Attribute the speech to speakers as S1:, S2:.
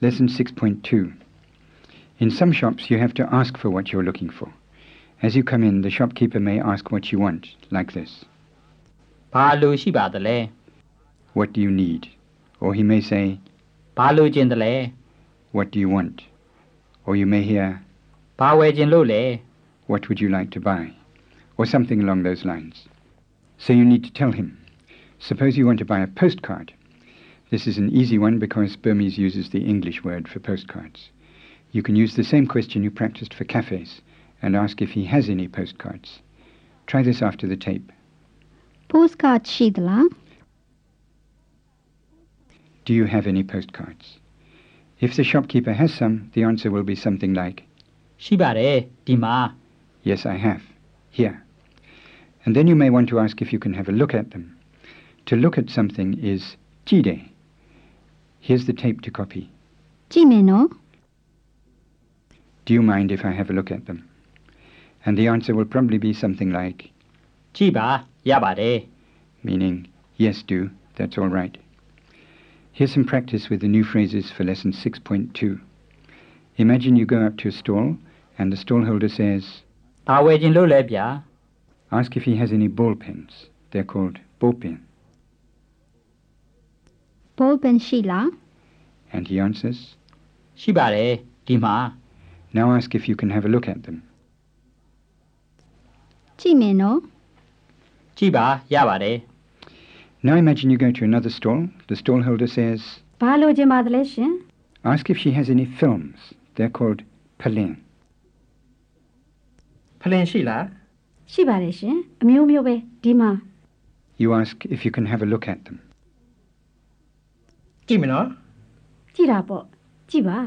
S1: Lesson 6.2 In some shops, you have to ask for what you're looking for. As you come in, the shopkeeper may ask what you want, like this
S2: ဘာလို့ရှိပါသလဲ
S1: What do you need? Or he may say,
S2: ဘာလို့ကျင်သလဲ
S1: What do you want? Or you may hear,
S2: ဘာဝယ်ကျင်လို့လဲ
S1: What would you like to buy? Or something along those lines. So you need to tell him. Suppose you want to buy a postcard. This is an easy one because Burmese uses the English word for postcards. You can use the same question you practiced for cafes and ask if he has any postcards. Try this after the tape.
S3: postcard ရှိသလား
S1: Do you have any postcards? If the shopkeeper has some, the answer will be something like,
S2: ရှိပါတယ်ဒီမှာ
S1: Yes, I have. Here. And then you may want to ask if you can have a look at them. To look at something is jide. Here's the tape to copy.
S3: ကြည့်မယ်နော်
S1: Do you mind if I have a look at them? And the answer will probably be something like,
S2: ကြည့်ပါရပါတယ်
S1: meaning, yes, do, that's all right. Here's some practice with the new phrases for lesson 6.2. Imagine you go up to a stall and the stallholder says,
S2: ဘာဝယ်ကျင်လို့လဲဗျာ
S1: ask if he has any ball pens. They're called ball pen.
S3: ball pen ရှိလား
S1: And he answers,
S2: ရှိပါတယ်ဒီမှာ
S1: Now ask if you can have a look at them.
S3: ကြည့်မယ်နော်
S2: ကြည့်ပါရပါတယ်
S1: Now imagine you go to another stall. The stallholder says,
S3: ဘာလို့ကျင်ပါသလဲရှင်
S1: Ask if she has any films. They're called palin.
S2: ဖလင်ရှိလား
S3: ရှိပါတယ်ရှင်အမျိုးမျိုးပဲဒီမှာ
S1: You ask if you can have a look at them.
S2: ကြည့်မနော်
S3: ကြည့်တာပေါ့ကြည့်ပါ